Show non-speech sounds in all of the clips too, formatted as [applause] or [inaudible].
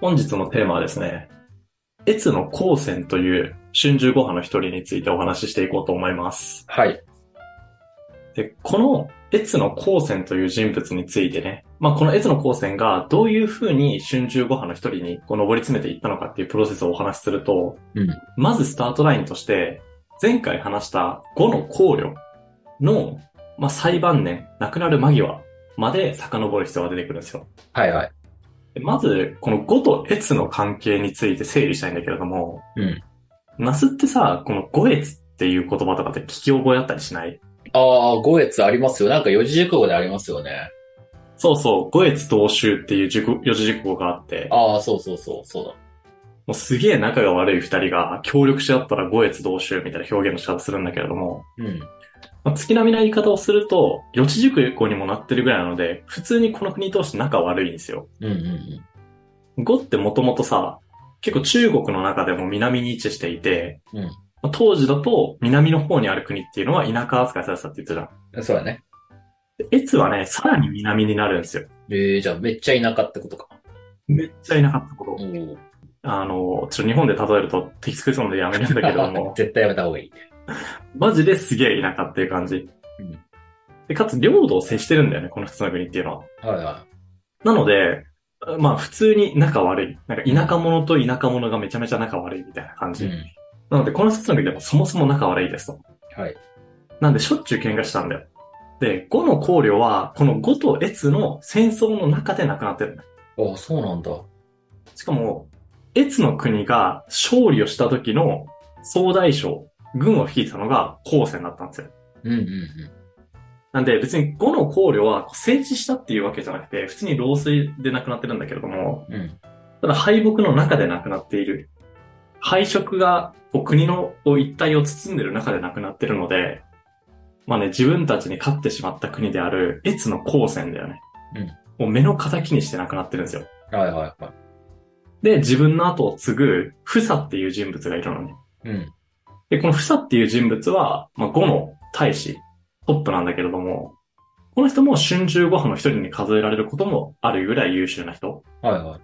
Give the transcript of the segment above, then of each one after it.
本日のテーマはですね、越の高専という春秋ご飯の一人についてお話ししていこうと思います。はい。で、この越の高専という人物についてね、まあ、この越の高専がどういうふうに春秋ご飯の一人にこう上り詰めていったのかっていうプロセスをお話しすると、うんまずスタートラインとして、前回話した5の考慮の、まあ、最晩年、亡くなる間際まで遡る必要が出てくるんですよ。はいはい。でまず、この5と越の関係について整理したいんだけれども、うん。ナスってさ、この5越っていう言葉とかって聞き覚えあったりしないああ、五越ありますよ。なんか四字熟語でありますよね。そうそう、5越同州っていう熟四字熟語があって、ああ、そうそうそう、そうだ。もうすげえ仲が悪い二人が協力し合ったら5越同州みたいな表現の仕方するんだけれども、うん。まあ、月並みな言い方をすると、四字熟語にもなってるぐらいなので、普通にこの国同士仲悪いんですよ。うんうん語ってもともとさ、結構中国の中でも南に位置していて、うんまあ当時だと南の方にある国っていうのは田舎扱いされてたって言ってたじうん。そうだね。ゃん。で越はね、さらに南になるんですよ。ええじゃあめっちゃ田舎ってことか。めっちゃ田舎ったことお。お。あの、ちょっと日本で例えると敵作りそうなんでやめるんだけれども、 [laughs] 絶対やめた方がいい。マジですげえ田舎っていう感じうん。で、かつ領土を接してるんだよね、この2つの国っていうのは。はいはなので、まあ普通に仲悪い。なんか田舎者と田舎者がめちゃめちゃ仲悪いみたいな感い。じ。うん。なので、この2つの国でもそもそも仲悪いですと。はい。なんでしょっちゅう喧嘩したんだよ。で、5の考慮は、この5と越の戦争の中で亡くなってる。ああ、そうなんだ。しかも、越の国が勝利をした時の総大将、軍を率いてたのが高専だったんですよ。うんうんうなんで別に5の考慮は整地したっていうわけじゃなくて、普通に老衰で亡くなってるんだけれども、ん。うん。ただ敗北の中で亡くなっている。敗色がこう国のこう一体を包んでる中で亡くなってるので、まあね、自分たちに勝ってしまった国である越の高専だよね。もう目の敵にして亡くなってるんですよ。はいはいはで、自分の後を継ぐ、フサっていう人物がいるのね。い。うん。で、このフサっていう人物は、まあ、5の大使、トップなんだけれども、この人も春秋ご飯の一人に数えられることもあるぐらい優秀な人はいは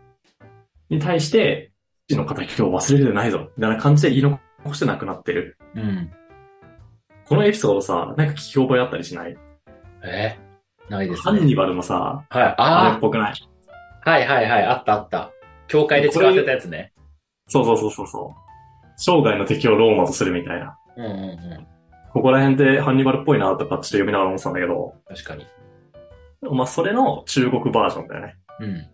い。に対して、父の敵を忘れてないぞ、みたいな感じで言い残して亡くなってる。うん。このエピソードさ、なんか聞き覚えあったりしないえーないですハンね。ニバルのさ、はい。あれっあぽくないあ、はいはいはい。あったあった。教会で使わせたやつね。そうそうそうそうそう。生涯の敵をローマとするみたいな。うんうんうん。ここら辺でハンニバルっぽいなとかちょっと読みながら思ってたんだけど、確かに。まあ、それの中国バージョンだよね。うん。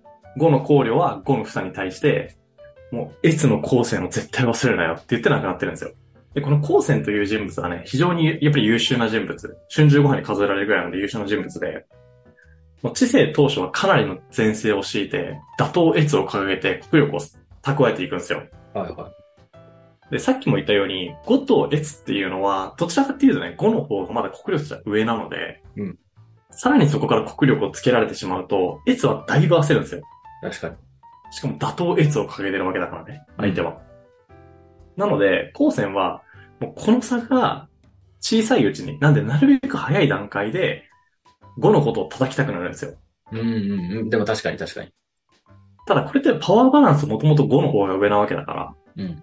5の考慮は5の房に対して、もう、越の高専を絶対忘れるなよって言って亡くなってるんですよ。で、この高専という人物はね、非常にやっぱり優秀な人物。春秋ご飯に数えられるぐらいなので優秀な人物で、もう知性当初はかなりの前世を敷いて、打倒越を掲げて国力を蓄えていくんですよ。はいはで、さっきも言ったように、5と越っていうのは、どちらかっていうとね、5の方がまだ国力が上なので、うんさらにそこから国力をつけられてしまうと、越はだいぶ焦るんですよ。い。確かに。しかも打倒越を掲げてるわけだからね、うん相手は。なので、高専は、もうこの差が小さいうちに、なんでなるべく早い段階で、5のことを叩きたくなるんですよ。うんうんうん。でも確かに確かに。ただこれってパワーバランスもともと5の方が上なわけだから、うん。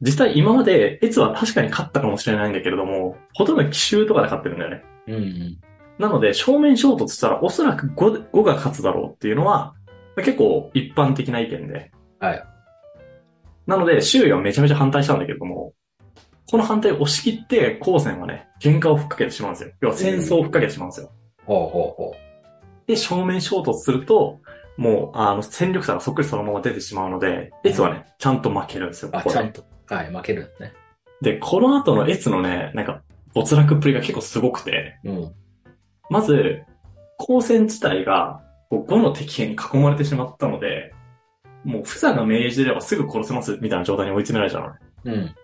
実際今まで越は確かに勝ったかもしれないんだけれども、ほとんど奇襲とかで勝ってるんだよね。うんうん。なので、正面衝突したらおそらく 5, 5が勝つだろうっていうのは、まあ結構一般的な意見で。はい。なので、周囲はめちゃめちゃ反対したんだけれども、この反対を押し切って、高専はね、喧嘩を吹っかけてしまうんですよ。要は戦争を吹っかけてしまうんですよ。ほうほうほで、正面衝突すると、もう、あの、戦力差がそっくりそのまま出てしまうので、越はね、ちゃんと負けるんですよ。う。あ、ここでちゃんと。はい、負けるんですね。で、この後の越のね、なんか、没落っぷりが結構すごくて、うん。まず、光線自体が、こう、5の敵兵に囲まれてしまったので、もう、フサが命じればすぐ殺せます、みたいな状態に追い詰められちゃうのね。うん。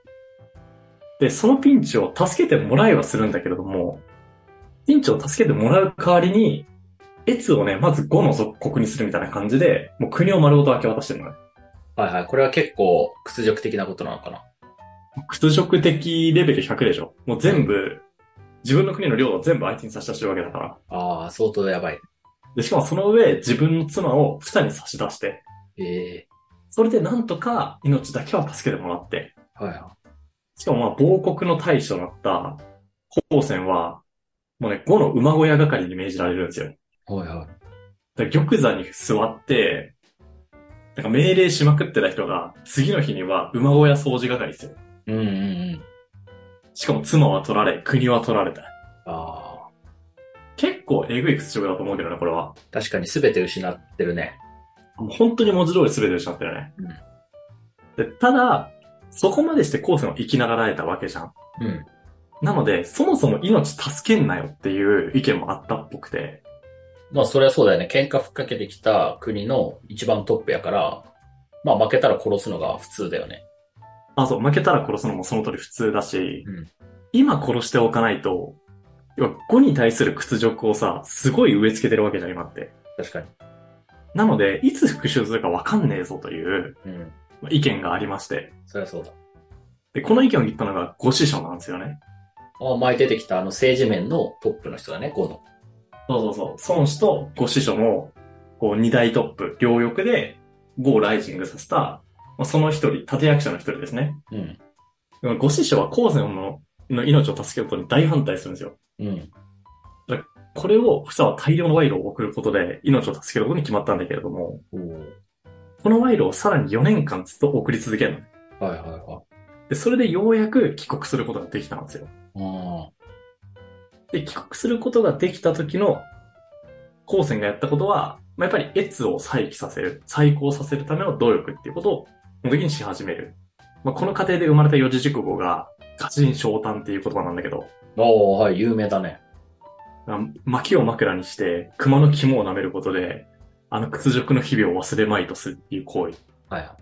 で、そのピンチを助けてもらえはするんだけれども、ピンチを助けてもらう代わりに、越をね、まず5の属国にするみたいな感じで、もう国を丸ごと明け渡してるのね。はいはい。これは結構屈辱的なことなのかな。屈辱的レベル100でしょ。もう全部、自分の国の領土を全部相手に差し出してるわけだから。ああ、相当やばい。で、しかもその上、自分の妻を房に差し出して、ええそれでなんとか命だけは助けてもらって、はいはしかもまあ、亡国の大使となった高専は、もうね、5の馬小屋係に命じられるんですよ。い。はいはい。だから玉座に座って、なんか命令しまくってた人が、次の日には馬小屋掃除係ですよ。うんうんうん。しかも妻は取られ、国は取られた。ああ。結構えぐい屈辱だと思うけどね、これは。確かに全て失ってるね。もう本当に文字通り全て失ってるね。でただ、そこまでして後世を生きながらえたわけじゃん。うん。なので、そもそも命助けんなよっていう意見もあったっぽくて、まあそれはそうだよね。喧嘩ふっかけてきた国の一番トップやから、まあ負けたら殺すのが普通だよね。あ、そう、負けたら殺すのもその通り普通だし、うん今殺しておかないと、要は5に対する屈辱をさ、すごい植え付けてるわけじゃん、今って。確かに。なので、いつ復讐するかわかんねえぞといううん。まあ意見がありまして、そりゃそうだ。で、この意見を言ったのがご師匠なんですよね。あ前出てきたあの政治面のトップの人だね、この。そうそうそう。孫子とご師匠の、こう、二大トップ、両翼で、ゴーライジングさせた、まあその一人、立役者の一人ですね。うん。ご師匠は高専のの命を助けることに大反対するんですよ。うん。これを、ふさは大量の賄賂を送ることで、命を助けることに決まったんだけれども、おこの賄賂をさらに4年間ずっと送り続けるのね。はいはいはで、それでようやく帰国することができたんですよ。い。あで、帰国することができた時の、高専がやったことは、まあ、やっぱり越を再起させる、再興させるための努力っていうことを、この時にし始める。まあ、この過程で生まれた四字熟語が、ガチン昇誕っていう言葉なんだけど、あ。ああ、はい、有名だね。あ薪を枕にして、熊の肝を舐めることで、あの屈辱の日々を忘れまいとするっていう行為。はいは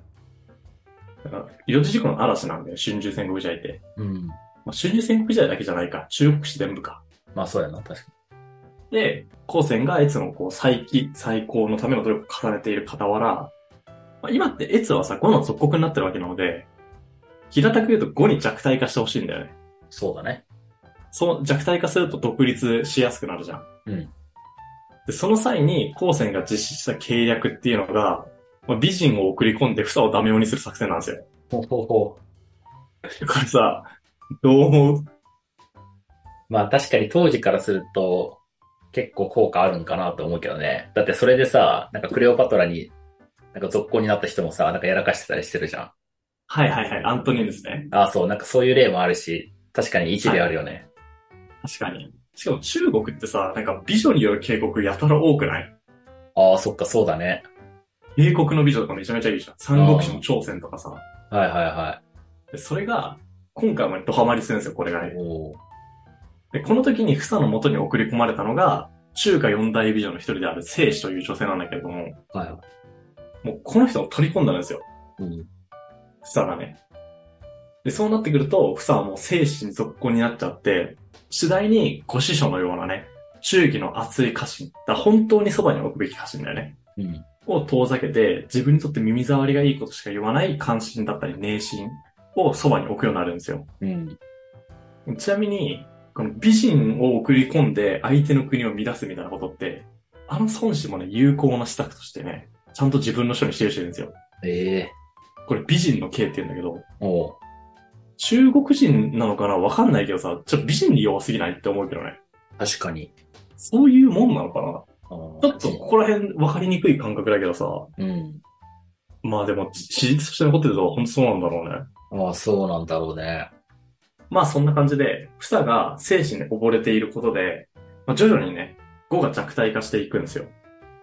だから四字熟語の嵐なんだよ、春秋戦国時代って。い。うん。まあ、春秋戦国時代だけじゃないか、中国史全部か。まあそうやな、確かで、高専が越のこう再起、再興のための努力を重ねている傍ら、まあ、今って越はさ、5の属国になってるわけなので、平たく言うと5に弱体化してほしいんだよね。に。そうだね。そう、弱体化すると独立しやすくなるじゃん。うん。で、その際に高専が実施した計略っていうのが、まあ、美人を送り込んで房をダメ用にする作戦なんですよ。ほうほうほこれさ、どう思うう。まあ確かに当時からすると、結構効果あるんかなと思うけどね。だってそれでさ、なんかクレオパトラに、なんか続行になった人もさ、なんかやらかしてたりしてるじゃん。はいはいはい、アントニーヌですね。ああ、そう、なんかそういう例もあるし、確かに一理あるよね。確かに。しかも中国ってさ、なんか美女による警告やたら多くないああ、そっか、そうだね。英国の美女とかめちゃめちゃいいじゃん。三国志の朝鮮とかさ。はいはいはでそれが、今回までドハマりするんですよ、これがい。ね。おーで、この時に房の元に送り込まれたのが、中華四大美女の一人である聖子という女性なんだけれども、はいはもうこの人を取り込んだんですよ、い。うん。房がね。で、そうなってくると、房はもう聖子に続行になっちゃって、次第にご師匠のようなね、忠義の熱い家臣、だから本当にそばに置くべき家臣だよね。うん。を遠ざけて、自分にとって耳障りがいいことしか言わない関心だったり、迷信をそばに置くようになるんですよ。うん。ちなみに、この美人を送り込んで相手の国を乱すみたいなことって、あの孫子もね、有効な施策としてね、ちゃんと自分の書に記してるんですよ。ええこれ美人の刑って言うんだけど、おう中国人なのかなわかんないけどさ、ちょっと美人に弱すぎないって思うけどね。確かに。そういうもんなのかなちょちょっとここら辺分かりにくい感覚だけどさ、うん。まあでも史実として残ってると本当そうなんだろうね。ああ、そうなんだろうね。まあそんな感じで、房が精神で溺れていることで、まあ、徐々にね、語が弱体化していくんですよ。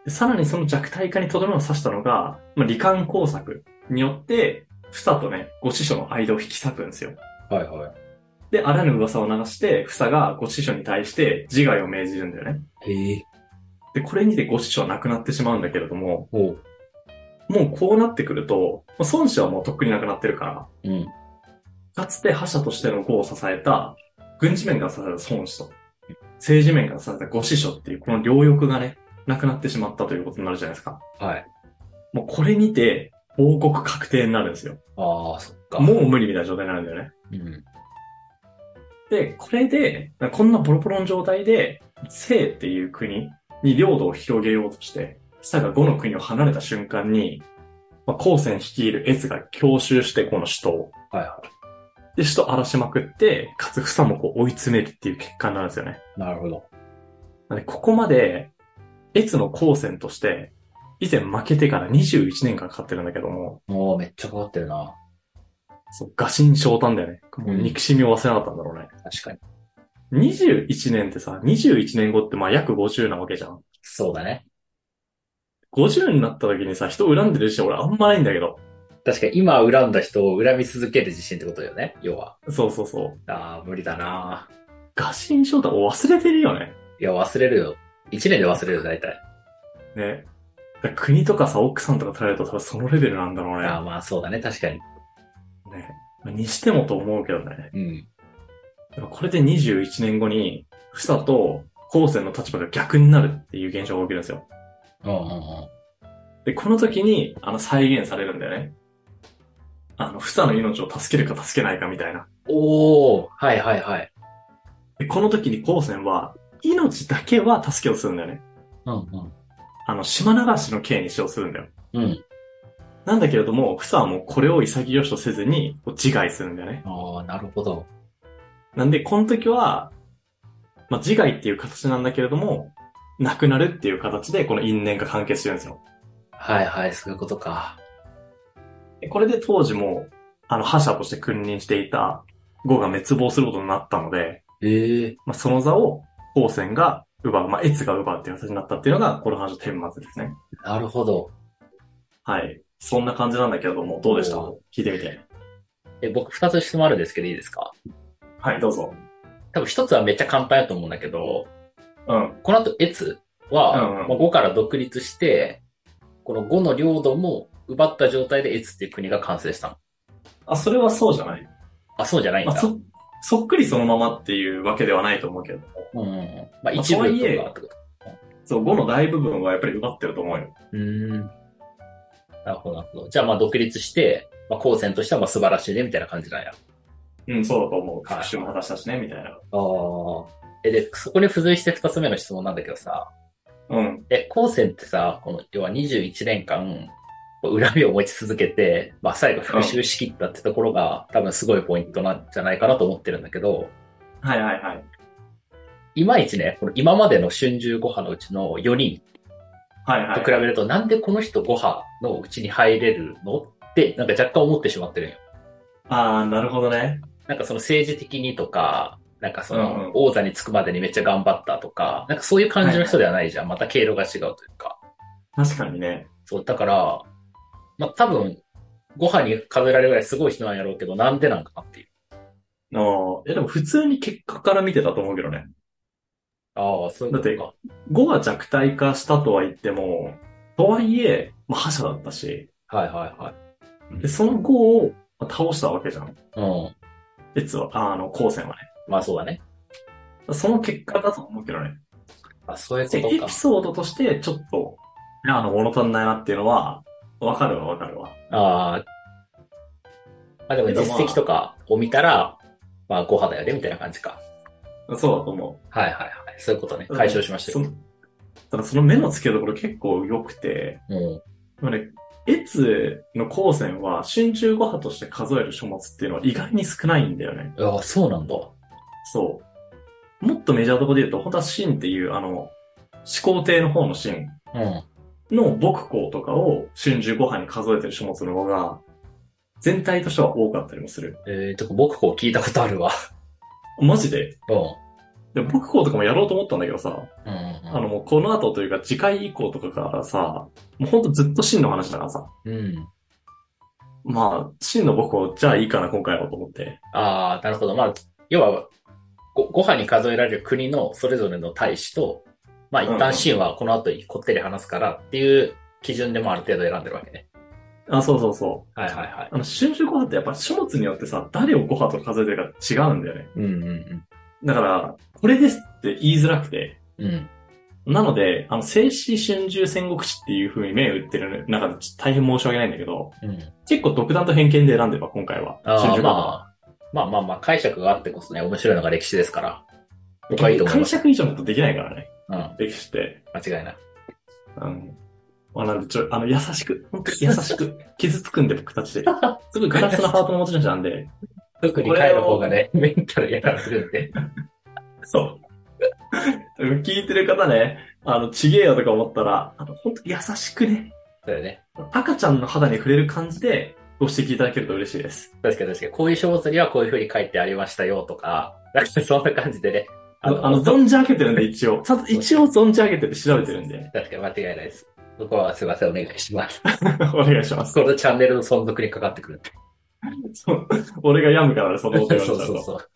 でさらにその弱体化にとどめを刺したのが、まあ、罹患工作によって、房とね、ご師匠の間を引き裂くんですよ。はいはで、あらぬ噂を流して、房がご師匠に対して自害を命じるんだよね。い。ええで、これにてご師匠は亡くなってしまうんだけれども、おう。もうこうなってくると、もう孫子はもうとっくに亡くなってるから、うん。かつて覇者としての語を支えた、軍事面から支えた孫子と、政治面から支えたご師匠っていう、この両翼がね、なくなってしまったということになるじゃないですか。はい。もうこれにて、王国確定になるんですよ。ああ、そっか。もう無理みたいな状態になるんだよね。うん。で、これで、こんなボロボロの状態で、清っていう国に領土を広げようとして、下が5の国を離れた瞬間に、まあ、高専率いる越が強襲してこの首都を。はいはで、首都荒らしまくって、かつ房もこう追い詰めるっていう結果になるんですよね。い。なるほど。なんで、ここまで、越の高専として、以前負けてから21年間かかってるんだけども、もうめっちゃかかってるな。そう、餓心昇胆だよね。もううん憎しみを忘れなかったんだろうね。確かに。 21年ってさ、21年後ってまあ約50なわけじゃん。そうだね。 50になった時にさ、人を恨んでる自信俺あんまないんだけど。確かに今恨んだ人を恨み続ける自信ってことだよね、要は。そうそうそう。ああ、無理だな。餓心昇胆を忘れてるよね。いや、忘れるよ。一年で忘れるよ、大体。ね。だから国とかさ、奥さんとか取られると多分そのレベルなんだろうああ、まあそうだね、確かに。ね。ね。まあにしてもと思うけどね。うん。でもこれで21年後に、房と高専の立場が逆になるっていう現象が起きるんですよ。うんうんうん。で、この時に、あの、再現されるんだよね。あの、房の命を助けるか助けないかみたいな。おおはいはいはい。で、この時に高専は、命だけは助けをするんだよね。うんうん。あの、島流しの刑に使用するんだよ。うん。なんだけれども、房はもうこれを潔しとせずに、こう自害するんだよね。ああ、なるほど。なんで、この時は、まあ、自害っていう形なんだけれども、亡くなるっていう形で、この因縁が完結してるんですよ。はいはい、そういうことか。でこれで当時も、あの、覇者として君臨していた呉が滅亡することになったので、ええまあ、その座を高専が奪う、まあ、越が奪うっていう形になったっていうのが、この話の顛末ですね。なるほど。はい。そんな感じなんだけれども、どうでしたお聞いてみて。え、僕二つ質問あるんですけどいいですかはい、どうぞ。多分一つはめっちゃ簡単やと思うんだけど、うん。この後、越は、うんうんまあ、5から独立して、この5の領土も奪った状態で越っていう国が完成したの。あ、それはそうじゃない。あ、そうじゃないんまだ。あ、そ、そっくりそのままっていうわけではないと思うけれども。うんうんうん。まあ、まあ一と部とかはいえってこと。そう、5の大部分はやっぱり奪ってると思うよ。うーん。なるほど、なるほど。じゃあ、まあ、独立して、まあ、高専としてはまあ素晴らしいね、みたいな感じなんや。うん、そうだと思う。はい復讐も果たしたしね、みたいな。ああ。え、で、そこに付随して二つ目の質問なんだけどさ、うん。え、高専ってさ、この、要は21年間、こう恨みを持ち続けて、まあ、最後復讐しきったってところが、多分すごいポイントなんじゃないかなと思ってるんだけど、はいはいはい。いまいちね、この今までの春秋5波のうちの4人はいはとい。比べると、なんでこの人5波のうちに入れるのって、なんか若干思ってしまってるんよ。ああ、なるほどね。なんかその政治的にとか、なんかそうんうんの王座につくまでにめっちゃ頑張ったとか、なんかそういう感じの人ではないじゃん。また経路が違うというか。確かにね。そう、だから、まあ多分、ご飯に飾られるぐらいすごい人なんやろうけど、なんでなんかなっていう。あーえ、でも普通に結果から見てたと思うけどね。ああ、そういうことか。 5は弱体化したとは言っても、とはいえ、まあ、覇者だったし、はいはいはい。で、その5をまあ倒したわけじゃん。うん。別は、ああの、高専はね。まあそうだね。その結果だと思うけどね。あそういうこで、エとピか。ソードとして、ちょっと、いやあの、物足んないなっていうのは、わかるわ、わかるわ。ああ。まあでも実績とかを見たら、まあご飯だよね、みたいな感じか。そうだと思う。はいはいはい。そういうことね。解消しましたそよ。のただその目の付けどころ結構良くて、うん。でもね、越の高専は春秋五派として数える書物っていうのは意外に少ないんだよね。ああ、そうなんだ。そう。もっとメジャーとこで言うと、本当は秦っていうあの、始皇帝の方の秦うん。の牧校とかを春秋五派に数えてる書物の方が、全体としては多かったりもする。えー、と僕こう聞いたことあるわ。マジで。うん。で、牧校とかもやろうと思ったんだけどさ、うんあのもうこの後というか次回以降とかからさ、もうほんとずっと秦の話だからさ、うん。うん。まあ、真の僕を、じゃあいいかな、今回はと思って。ああ、なるほど。まあ、要は、ご、ご飯に数えられる国のそれぞれの大使と、まあ一うんう旦んシーンはこの後こってり話すからっていう基準でもある程度選んでるわけね。あ、そうそうそう。はいはいはい。あの、春秋ご飯ってやっぱ書物によってさ、誰をご飯と数えてるか違うんだよね。うんうんだから、これですって言いづらくて。うん。うん。なので、あの、静止春秋戦国史っていう風に銘打ってる中で大変申し訳ないんだけど、うん。結構独断と偏見で選んでば、今回は。ああ、ご飯まあ、まあまあまあ、解釈があってこそね、面白いのが歴史ですから。僕はいいと思いま解す。釈以上のことできないからね、うん。歴史って。間違いない。うん。まあ、なんで、ちょ、あの、優しく、本当に優し [laughs] く、傷つくんで、僕たち。すごいガラスのハートの持ち主なんで、特に彼の方がね、メンタルやられるんで。そう。聞いてる方ね、あの、ちげえよとか思ったら、あの、本当に優しくね、そうだよね。赤ちゃんの肌に触れる感じで、ご指摘いただけると嬉しいです。確かに確かに。こういう書物にはこういう風に書いてありましたよとか、なんかそんな感じでね。あの、あの存じ上げてるんで、一応。ちゃんと一応存じ上げてて調べてるんで、確かに間違いないです。そこはすいません、お願いします。 [laughs] お願いします。このチャンネルの存続にかかってくる。そう俺が病むからね、そそのうこと [laughs] そう言われちゃうと。そう。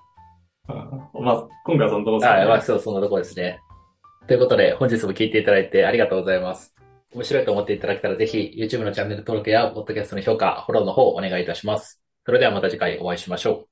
うんまあ、今回はそのどうですかはねい、まあそう、そんなとこですね。ということで、本日も聞いていただいてありがとうございます。面白いと思っていただけたら、ぜひ YouTube のチャンネル登録や、ポッドキャストの評価、フォローの方お願いいたします。それではまた次回お会いしましょう。